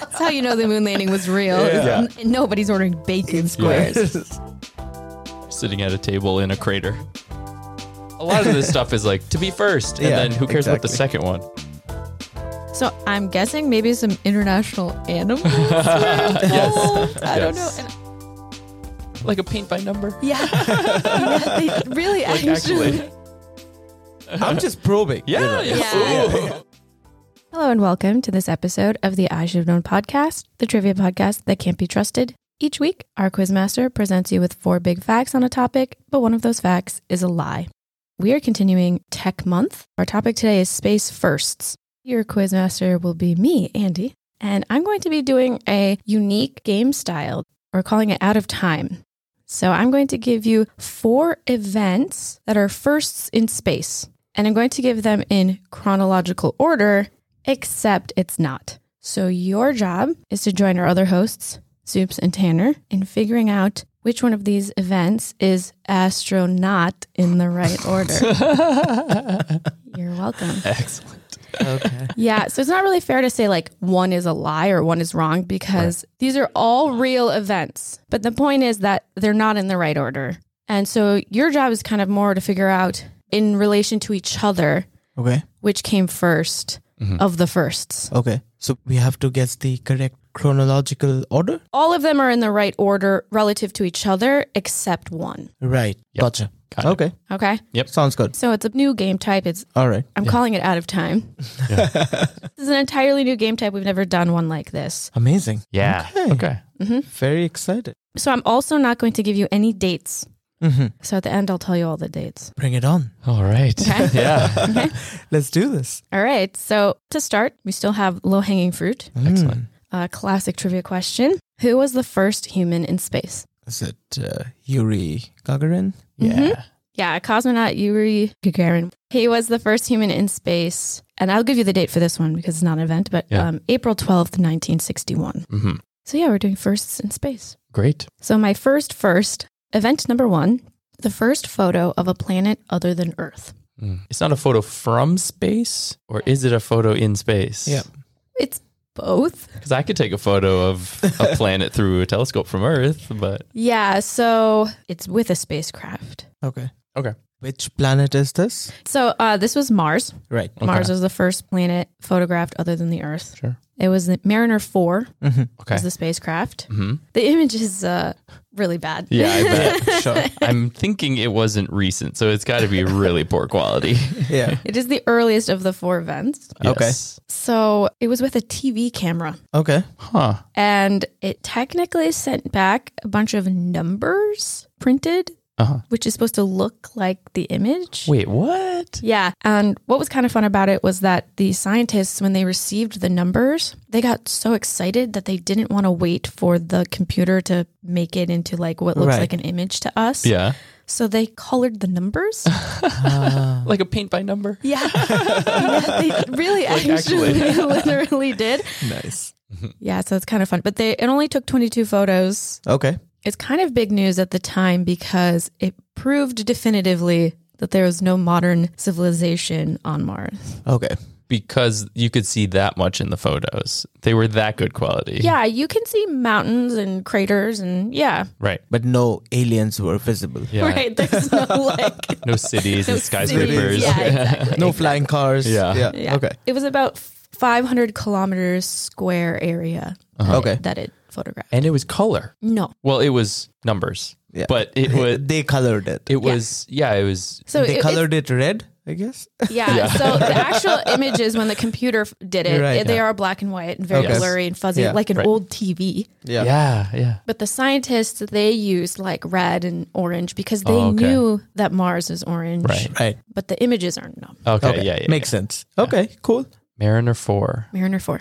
That's how you know the moon landing was real. Yeah. N- nobody's ordering bacon squares. sitting at a table in a crater. A lot of this stuff is like to be first, and Yeah, then who cares about the exactly. second one? So I'm guessing maybe some international animals. were involved. I don't know. Yes. And- Like a paint by number. yeah. yeah they really Like actually. actually, I'm just probing. you know. yeah, yeah. Yeah. Ooh. Hello and welcome to this episode of the I Should Have Known podcast, the trivia podcast that can't be trusted. Each week, our quizmaster presents you with four big facts on a topic, but one of those facts is a lie. We are continuing Tech Month. Our topic today is space firsts. Your quizmaster will be me, Andy, and I'm going to be doing a unique game style. We're calling it Out of Time. So I'm going to give you four events that are firsts in space, and I'm going to give them in chronological order except it's not. So your job is to join our other hosts, Zoops and Tanner, in figuring out which one of these events is astronaut in the right order. You're welcome. Excellent. Okay. Yeah, so it's not really fair to say like one is a lie or one is wrong because these are all real events. But the point is that they're not in the right order. And so your job is kind of more to figure out in relation to each other Okay. which came 1st of the firsts. Okay. So we have to guess the correct chronological order. all of them are in the right order relative to each other except one. Right. Gotcha. Got it. okay. Okay. Sounds good. So it's a new game type. It's All right. I'm calling it out of time. this is an entirely new game type. We've never done one like this. Amazing. Yeah. Okay. okay. Very excited. So I'm also not going to give you any dates. Mhm. So at the end I'll tell you all the dates. Bring it on. All right. Okay. Yeah. Mm-hmm. Okay. Let's do this. all right. So to start, we still have low hanging fruit. Mm. Excellent. A classic trivia question. Who was the first human in space? Is it uh, Yuri Gagarin? Yeah. Yeah, cosmonaut Yuri Gagarin. He was the first human in space. And I'll give you the date for this one because it's not an event, but Yeah. um, April 12th, 1961. hmm So, yeah, we're doing firsts in space. Great. So, my first first, event number one, the first photo of a planet other than Earth. Mm. It's not a photo from space, or is it a photo in space? Yeah. It's both. Because I could take a photo of a planet through a telescope from Earth, but Yeah, so it's with a spacecraft. Okay. Okay. Which planet is this? So, uh, this was Mars. Right. Mars was the first planet photographed other than the Earth. Sure. Mm-hmm. It was the Mariner 4 okay. was the spacecraft. Mhm. The image is uh, really bad. Yeah, I bet. Sure. I'm thinking it wasn't recent, so it's got to be really poor quality. yeah. It is the earliest of the four events. Okay. Yes. So it was with a TV camera. Okay. Huh. And it technically sent back a bunch of numbers printed, Uh-huh. which is supposed to look like the image. Wait, what? Yeah. And what was kind of fun about it was that the scientists, when they received the numbers, they got so excited that they didn't want to wait for the computer to make it into like what looks Right. like an image to us. Yeah. So they colored the numbers. Like a paint by number? Yeah. yeah they really actually, literally did. Nice. Yeah, so it's kind of fun. But they it only took 22 photos. Okay. It's kind of big news at the time because it proved definitively that there was no modern civilization on Mars. Okay. Because you could see that much in the photos. They were that good quality. Yeah, you can see mountains and craters and yeah. Right. But no aliens were visible. Yeah. Right. There's no like No cities and skyscrapers. cities. Yeah, exactly. No flying cars. Yeah. Yeah. Yeah. Okay. It was about 500 kilometers square area Uh-huh. Okay. that it photographed. And it was color. no. Well, it was numbers. Yeah. But it was they colored it. it was yeah, it was So they it, it's- colored it red, I guess. Yeah. So the actual images when the computer f- did it, Right. it- they are black and white and very Okay. blurry and fuzzy, Yeah. like an Right. old TV. Yeah. yeah, yeah. But the scientists they used like red and orange because they Oh, okay. knew that Mars is orange. Right. Right. But the images aren't no. Okay, Okay. yeah, yeah. Makes sense. Okay. Cool. Mariner Hmm. 4. Mariner four.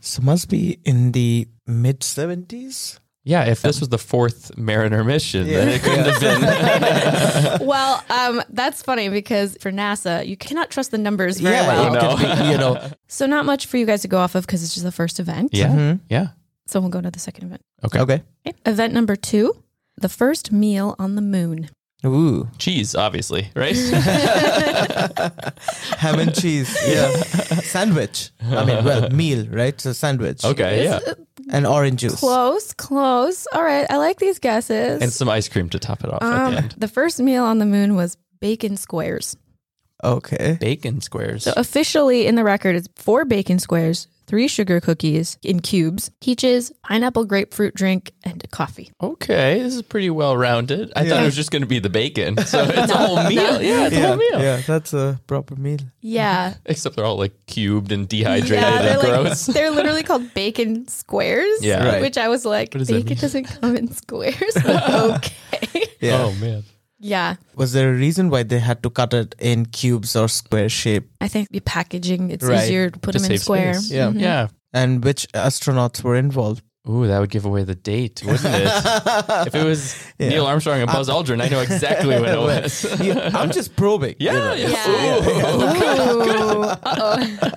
So must be in the mid seventies. Yeah, if this was the fourth Mariner mission, then it couldn't have been. well, um, that's funny because for NASA you cannot trust the numbers very Yeah. well. it could be, you know. So not much for you guys to go off of because it's just the first event. Yeah. Yeah. So we'll go to the second event. Okay. Okay. Okay. Event number two, the first meal on the moon. Ooh, Cheese, obviously, right? ham and cheese. Yeah, sandwich. I mean, well, meal, right? So sandwich. okay, yeah. And orange juice. Close, close. All right, I like these guesses. And some ice cream to top it off at the um, end. the first meal on the moon was bacon squares. Okay. Bacon squares. So officially in the record, it's four bacon squares, three sugar cookies in cubes, peaches, pineapple grapefruit drink, and coffee. okay, this is pretty well rounded. I thought it was just going to be the bacon. So it's a whole meal. Yeah, it's a Yeah, whole meal. yeah, that's a proper meal. Yeah. Except they're all like cubed and dehydrated Yeah, and they're like gross. they're literally called bacon squares. Yeah. Right. Which I was like, What does that bacon mean? doesn't come in squares. but okay. Yeah. Oh, man. yeah. Was there a reason why they had to cut it in cubes or square shape? I think the packaging it's Right. easier to put To them in Mm-hmm. save square. space. Yeah. Yeah. And which astronauts were involved? Ooh, that would give away the date, wouldn't it? if it was Neil Armstrong and Buzz Aldrin, I know exactly when it was. Yeah, I'm just probing. you know. yeah, yeah. Yeah. Ooh. Uh-oh.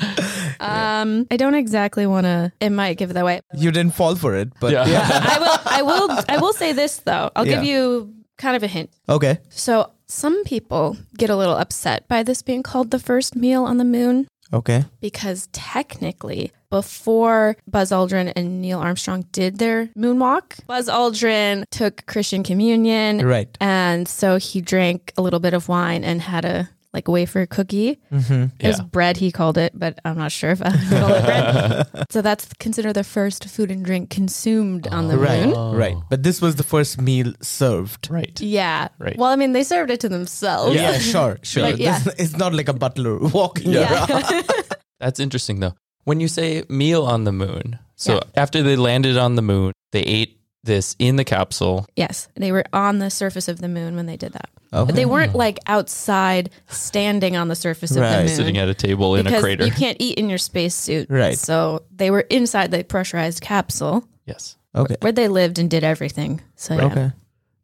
Oh, Um, I don't exactly want to. It might give it away. You didn't fall for it, but Yeah. yeah. I will. I will. I will say this though. I'll give Yeah. you kind of a hint. Okay. So some people get a little upset by this being called the first meal on the moon Okay. because technically, before Buzz Aldrin and Neil Armstrong did their moonwalk, Buzz Aldrin took Christian communion, Right. and so he drank a little bit of wine and had a like wafer Mm, cookie. It was Yeah. bread, he called it, but I'm not sure if I would call it bread. so that's considered the first food and drink consumed on the Right. moon. Oh. Right. But this was the first meal served. Right. Yeah. Right. Well, I mean, they served it to themselves. Yeah, sure, sure. But Oh, yeah. This- it's not like a butler walking Yeah. around. That's interesting though. When you say meal on the moon, so Yeah. after they landed on the moon, they ate this in the capsule. yes. They were on the surface of the moon when they did that. Okay. They weren't like outside standing on the surface of the Right. moon. Sitting at a table in because a crater. you can't eat in your spacesuit. Right. So they were inside the pressurized capsule Yes. Okay. where they lived and did everything. So yeah. Okay.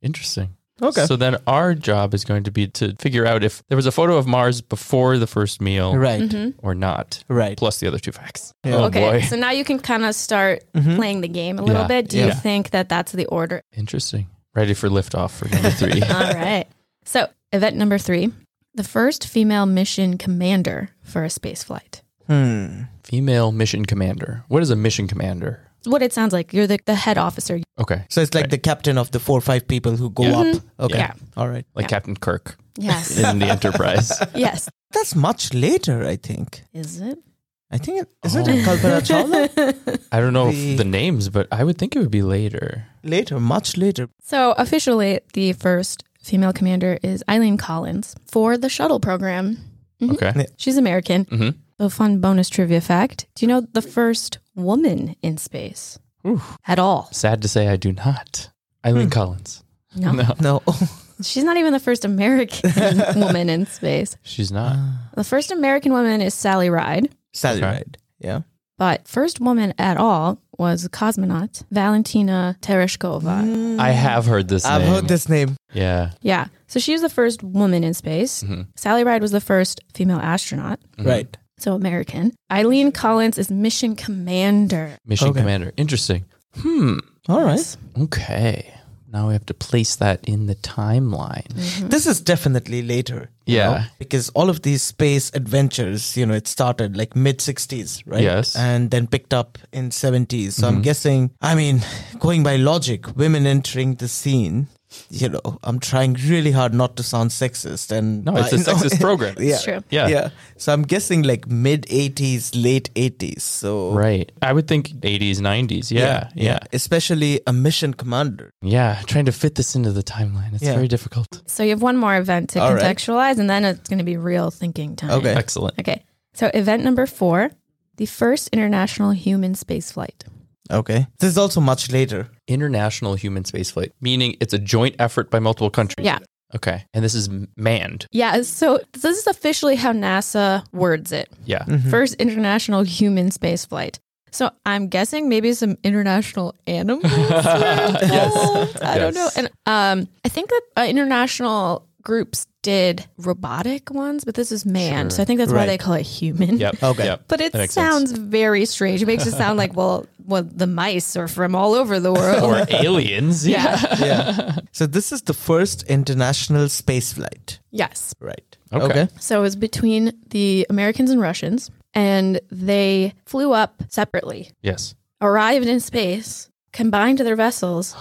Interesting. Okay. So then our job is going to be to figure out if there was a photo of Mars before the first meal right. or not. Right. Plus the other two facts. Yeah. Oh Mm-hmm. okay. boy. So now you can kind of start Mm-hmm. playing the game a little Yeah. bit. Do you Yeah. think that that's the order? Interesting. Ready for liftoff for number three. All right. So event number three the first female mission commander for a space flight. Hmm. Female mission commander. What is a mission commander? It's what it sounds like. You're the, the head officer. Okay. So it's like the captain of the four or five people who go Yeah. up. Mm-hmm. Okay. Yeah. All right. Like Captain Kirk Yes. in the Enterprise. yes. That's much later, I think. Is it? I think it is it in Oh. Kalpana Chawla? I don't know the, The- the names, but I would think it would be later. later, much later. So officially, the first female commander is Eileen Collins for the shuttle program. Mhm. Okay. She's American. Mhm. A fun bonus trivia fact: Do you know the first woman in space at all? Sad to say, I do not. Eileen Collins. Hmm. No. No, No. she's not even the first American woman in space. she's not. Uh, The first American woman is Sally Ride, Salary Okay. ride. Yeah. but first woman at all was cosmonaut Valentina Tereshkova. Mm. I have heard this I've name. heard this name. Yeah. Mm-hmm. Yeah, so she was the first woman in space. Sally Ride was the first female astronaut. Right. so American. Eileen Collins is mission commander. Mission Okay. commander. Interesting. Hmm. All right. Okay. Now we have to place that in the timeline. This is definitely later. you Yeah. know, because all of these space adventures, you know, it started like mid 60s, right? Yes. Mm-hmm. And then picked up in 70s. So I'm guessing, I mean, going by logic, women entering the scene, you know, I'm trying really hard not to sound sexist. And No, it's a I know- sexist program. uh, yeah. It's true. Yeah. Yeah. So I'm guessing like mid 80s, late 80s. So Right. I would think 80s, 90s. Yeah. Yeah. Especially a mission commander. Yeah. Trying to fit this into the timeline. It's Yeah. very difficult. So you have one more event to All right. contextualize, and then it's going to be real thinking time. Okay. Excellent. Okay. So event number four, the first international human spaceflight. Okay. This is also much later. International human spaceflight, meaning it's a joint effort by multiple countries. Yeah. Okay. And this is m- manned. Yeah. So this is officially how NASA words it: Yeah. first international human spaceflight. So I'm guessing maybe some international animals. were involved. I don't know. Yes. And um, I think that uh, international groups did robotic ones, but this is man. So I think that's why Right. they call it human. Yep. Okay. Yep. But it That makes sense. sounds very strange. It makes it sound like, well, well, the mice are from all over the world. or aliens. yeah. yeah. So this is the first international space flight. Yes. Right. Okay. So it was between the Americans and Russians, and they flew up separately, Yes. arrived in space, combined their vessels,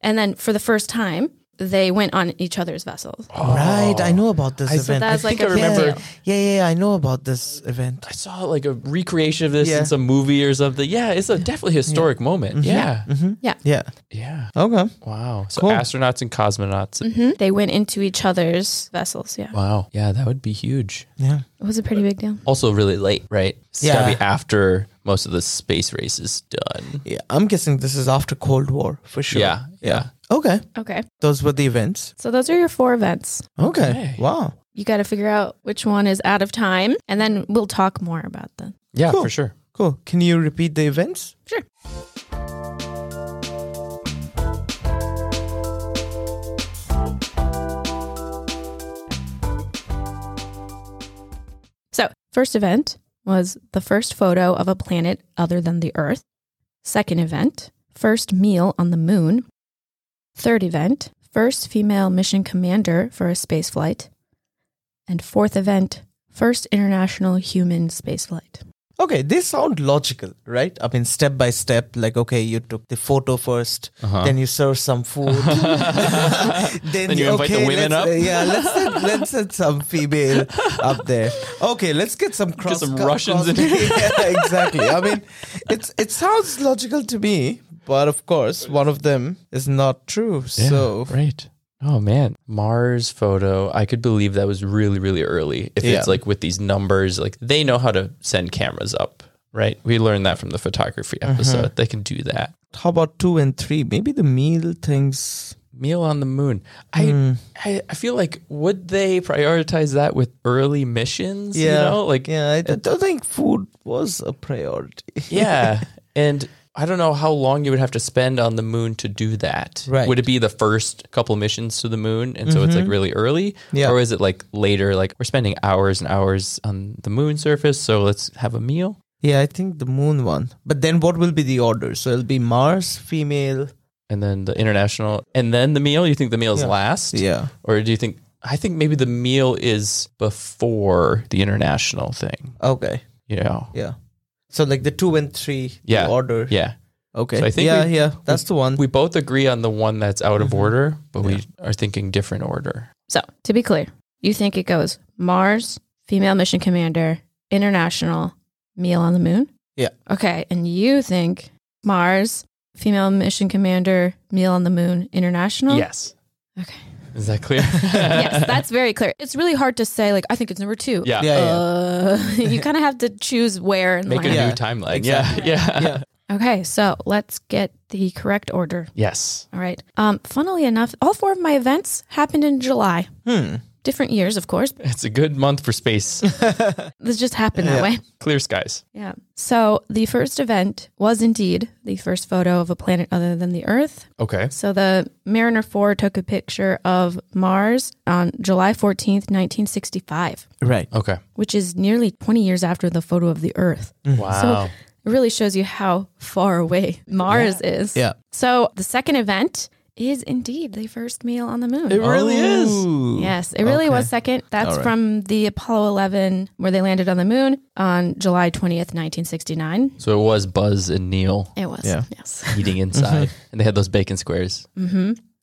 and then for the first time, they went on each other's vessels. Right. I know about this event. that's I like think a I remember. big Yeah, yeah, yeah, I know about this event. I saw like a recreation of this Yeah. in some movie or something. Yeah, it's a definitely historic moment. Yeah. Yeah. Mm-hmm. Yeah. Okay. Wow. So Cool. astronauts and cosmonauts. They went into each other's vessels. Yeah. Wow. Yeah, that would be huge. Yeah. It was a pretty big deal. Also really late, right? It's gotta Yeah. be after most of the space race is done. Yeah. I'm guessing this is after Cold War for sure. Yeah. Yeah. Okay. Okay. Those were the events. So those are your four events. Okay. Okay. Wow. You got to figure out which one is out of time, and then we'll talk more about them. Yeah, Cool. for sure. Cool. Can you repeat the events? Sure. So, first event was the first photo of a planet other than the Earth. Second event, first meal on the moon. Third event, first female mission commander for a space flight. And fourth event, first international human spaceflight. Okay, they sound logical, right? I mean, step by step, like, okay, you took the photo 1st then you serve some food. then, Uh-huh. Then you invite the women let's- uh, up. yeah, let's set, let's set some female up there. Okay, let's get some cross. some Russians in here. yeah, exactly. I mean, it's it sounds logical to me, but of course, one of them is not true. so, right. Oh man, Mars photo. I could believe that was really, really early. If Yeah. it's like with these numbers, like they know how to send cameras up, right? We learned that from the photography episode. They can do that. how about two and three? Maybe the meal things. Meal on the moon. I, I I feel like would they prioritize that with early missions? You know, like yeah, I don't think food was a priority. yeah. And I don't know how long you would have to spend on the moon to do Right. that. Mm-hmm. Would it be the first couple missions to the moon? And so it's like really early? Yeah. Or is it like later, like we're spending hours and hours on the moon surface, so let's have a meal? Yeah, I think the moon one. But then what will be the order? So it'll be Mars, female. And then the international and then the meal? You think the meal is last? Yeah. Or do you think I think maybe the meal is before the international thing. Okay. You know? Yeah. So like the two and three the Yeah. order. Yeah. Okay. So I think yeah, we- yeah. That's the one. We both agree on the one that's out Mm-hmm. of order, but we are thinking different order. So, to be clear, you think it goes Mars, female mission commander, international, meal on the moon? Yeah. Okay. And you think Mars, female mission commander, meal on the moon, international? Yes. Okay. Is that clear? yes, that's very clear. It's really hard to say, like, I think it's number two. Yeah. yeah, yeah. Uh, you kind of have to choose where and Make a line. Yeah, new timeline. exactly. Yeah. Yeah. Yeah. Okay, so let's get the correct order. Yes. All right. Um, funnily enough, all four of my events happened in July. Hmm. Different years, of course. but It's a good month for space. This just happened that way. Clear skies. Yeah. So the first event was indeed the first photo of a planet other than the Earth. Okay. So the Mariner 4 took a picture of Mars on July 14th, 1965, Right. Okay. which is nearly 20 years after the photo of the Earth. Mm. Mm. Wow. It really shows you how far away Mars is. Yeah. So the second event is indeed the first meal on the moon. it really is. Ooh. Yes, it really was second. That's from the Apollo 11 where they landed on the moon on July 20th, 1969. So it was Buzz and Neil It was. Yes. eating inside, and they had those bacon squares. They,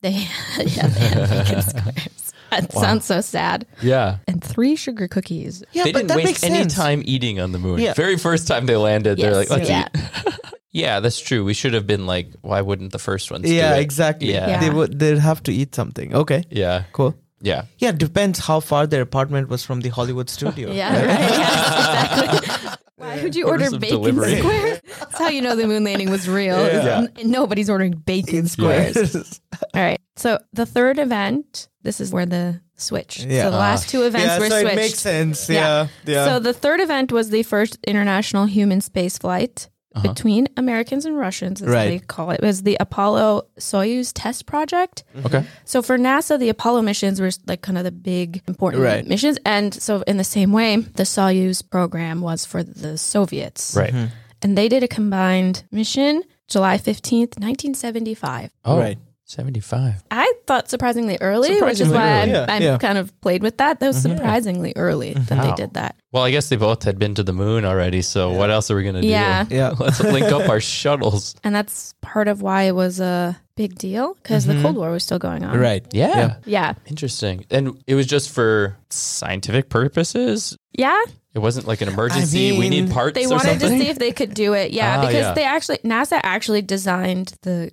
yeah, they had bacon squares. That sounds so sad. Yeah. And three sugar cookies. Yeah, they but didn't that makes waste any sense. time eating on the moon. Yeah. Very first time they landed, they're like, Yes. let's yeah. eat. Yeah, that's true. We should have been like, why wouldn't the first ones Yeah, do it? exactly. Yeah. They Yeah. would they'd have to eat something. Okay. Yeah. Cool. Yeah. Yeah, depends how far their apartment was from the Hollywood studio. Yeah, right. Yes, exactly. Why would you order some bacon delivery. squares? That's how you know the moon landing was real. is n- Nobody's ordering bacon squares. All right. So the third event, this is where the switch. Yeah. So the last two events yeah, were so switched. it makes sense. Yeah. Yeah. So the third event was the first international human space flight between Americans and Russians, as Uh-huh. Right. they call it. It was the Apollo Soyuz test project. Okay. Mm-hmm. So for NASA, the Apollo missions were like kind of the big important Right. missions. And so in the same way, the Soyuz program was for the Soviets. Right. And they did a combined mission July 15th, 1975. Oh, Mm-hmm. Right. 75. I thought surprisingly early, which is Surprisingly why I, early. Yeah, I yeah. Mm-hmm. kind of played with that. That was surprisingly early that they Wow. did that. Well, I guess they both had been to the moon already. So what else are we going to do? Yeah. Yeah. Let's link up our shuttles. And that's part of why it was a big deal because the Cold War was still going on. Mm-hmm. Right. Yeah. Yeah. Interesting. And it was just for scientific purposes. Yeah. It wasn't like an emergency. we mean, need parts They or wanted to something. see if they could do it. Yeah. Ah, because yeah. they actually, NASA actually designed the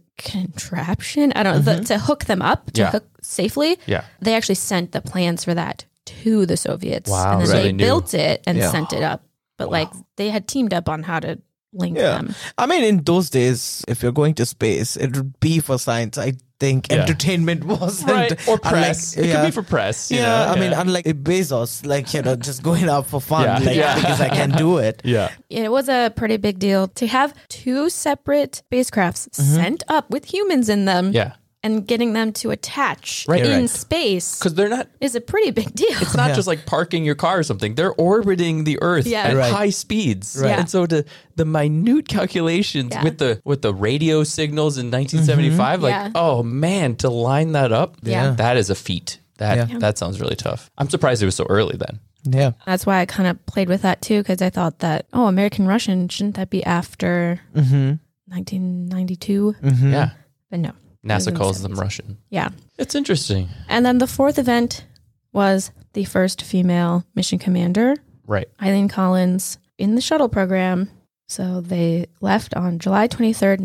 contraption, I don't know, the- to hook them up, to Mm-hmm. Yeah. hook safely. yeah. They actually sent the plans for that to the Soviets. Wow, And then so they, they knew. built it and Yeah. sent it up. But like they had teamed up on how to link Yeah. them. I mean, in those days, if you're going to space, it would be for science. I think Yeah. entertainment wasn't Right. Or unlike- press. it yeah. could be for press. you yeah, know? I mean, unlike Bezos, like you know, just going up for fun, Yeah. like Yeah. because I can do it. yeah. it was a pretty big deal to have two separate spacecrafts sent up with humans in them Mm-hmm. Yeah. and getting them to attach Right. in Right. space Because they're not is a pretty big deal. it's not Yeah. just like parking your car or something. They're orbiting the Earth Yeah. at Right. high speeds, Right. and so the the minute calculations Yeah. with the with the radio signals in Mm-hmm. 1975, like Yeah. oh man, to line that up, Yeah. that is a feat. That Yeah. that sounds really tough. I'm surprised it was so early then. Yeah, That's why I kind of played with that too because I thought that oh, American Russian shouldn't that be after 1992? Mm-hmm. Yeah, But no, NASA in the calls them Russian. yeah. It's interesting, And then the fourth event was the first female mission commander, right? Eileen Collins, in the shuttle program. So they left on July 23rd,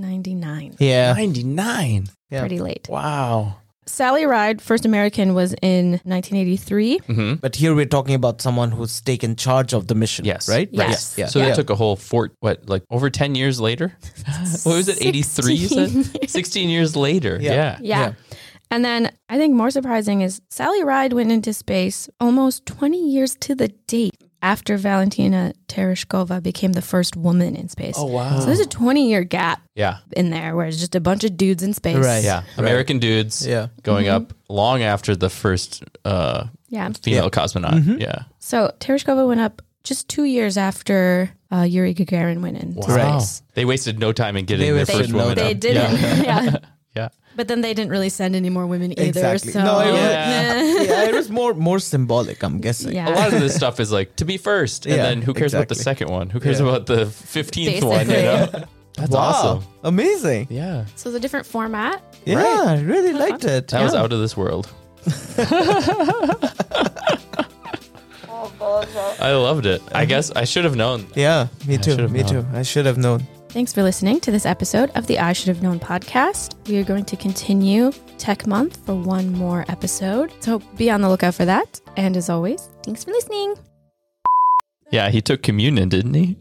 1999. yeah, 99. Yeah. Pretty late. Uh. Wow. Sally Ride, first American, was in 1983. But here we're talking about someone who's taken charge of the mission. Yes. right. Yes. Yeah. Yeah. So Yeah. it took a whole four, what, like over 10 years later? what was it, 83? you said? 16 16 years later. Yeah. Yeah. Yeah. Yeah. And then I think more surprising is Sally Ride went into space almost 20 years to the date after Valentina Tereshkova became the first woman in space. Oh, wow. So there's a 20 year gap yeah. in there where it's just a bunch of dudes in space. Right. Yeah, American dudes. Yeah. Mm-hmm. going up long after the first uh, Yeah. female cosmonaut. Mm-hmm. Yeah, So Tereshkova went up just two years after uh, Yuri Gagarin went into Wow. space. they wasted no time in getting They their wasted first no woman. time. They up. didn't. Yeah. yeah. yeah, But then they didn't really send any more women either. Exactly. So No, it was- Yeah. yeah, it was more more symbolic, I'm guessing. Yeah. a lot of this stuff is like to be first, and Yeah, then who cares about the exactly. second one? Who cares Yeah. about the fifteenth one? You Basically. know, that's Wow, awesome. amazing. Yeah, So it's a different format. Yeah, I really liked it. that was Yeah. out of this world. I loved it. I guess I should have known. Yeah, me too. should've me known. too. I should have known. Thanks for listening to this episode of the I Should Have Known podcast. We are going to continue Tech Month for one more episode. So be on the lookout for that. And as always, thanks for listening. Yeah, he took communion, didn't he?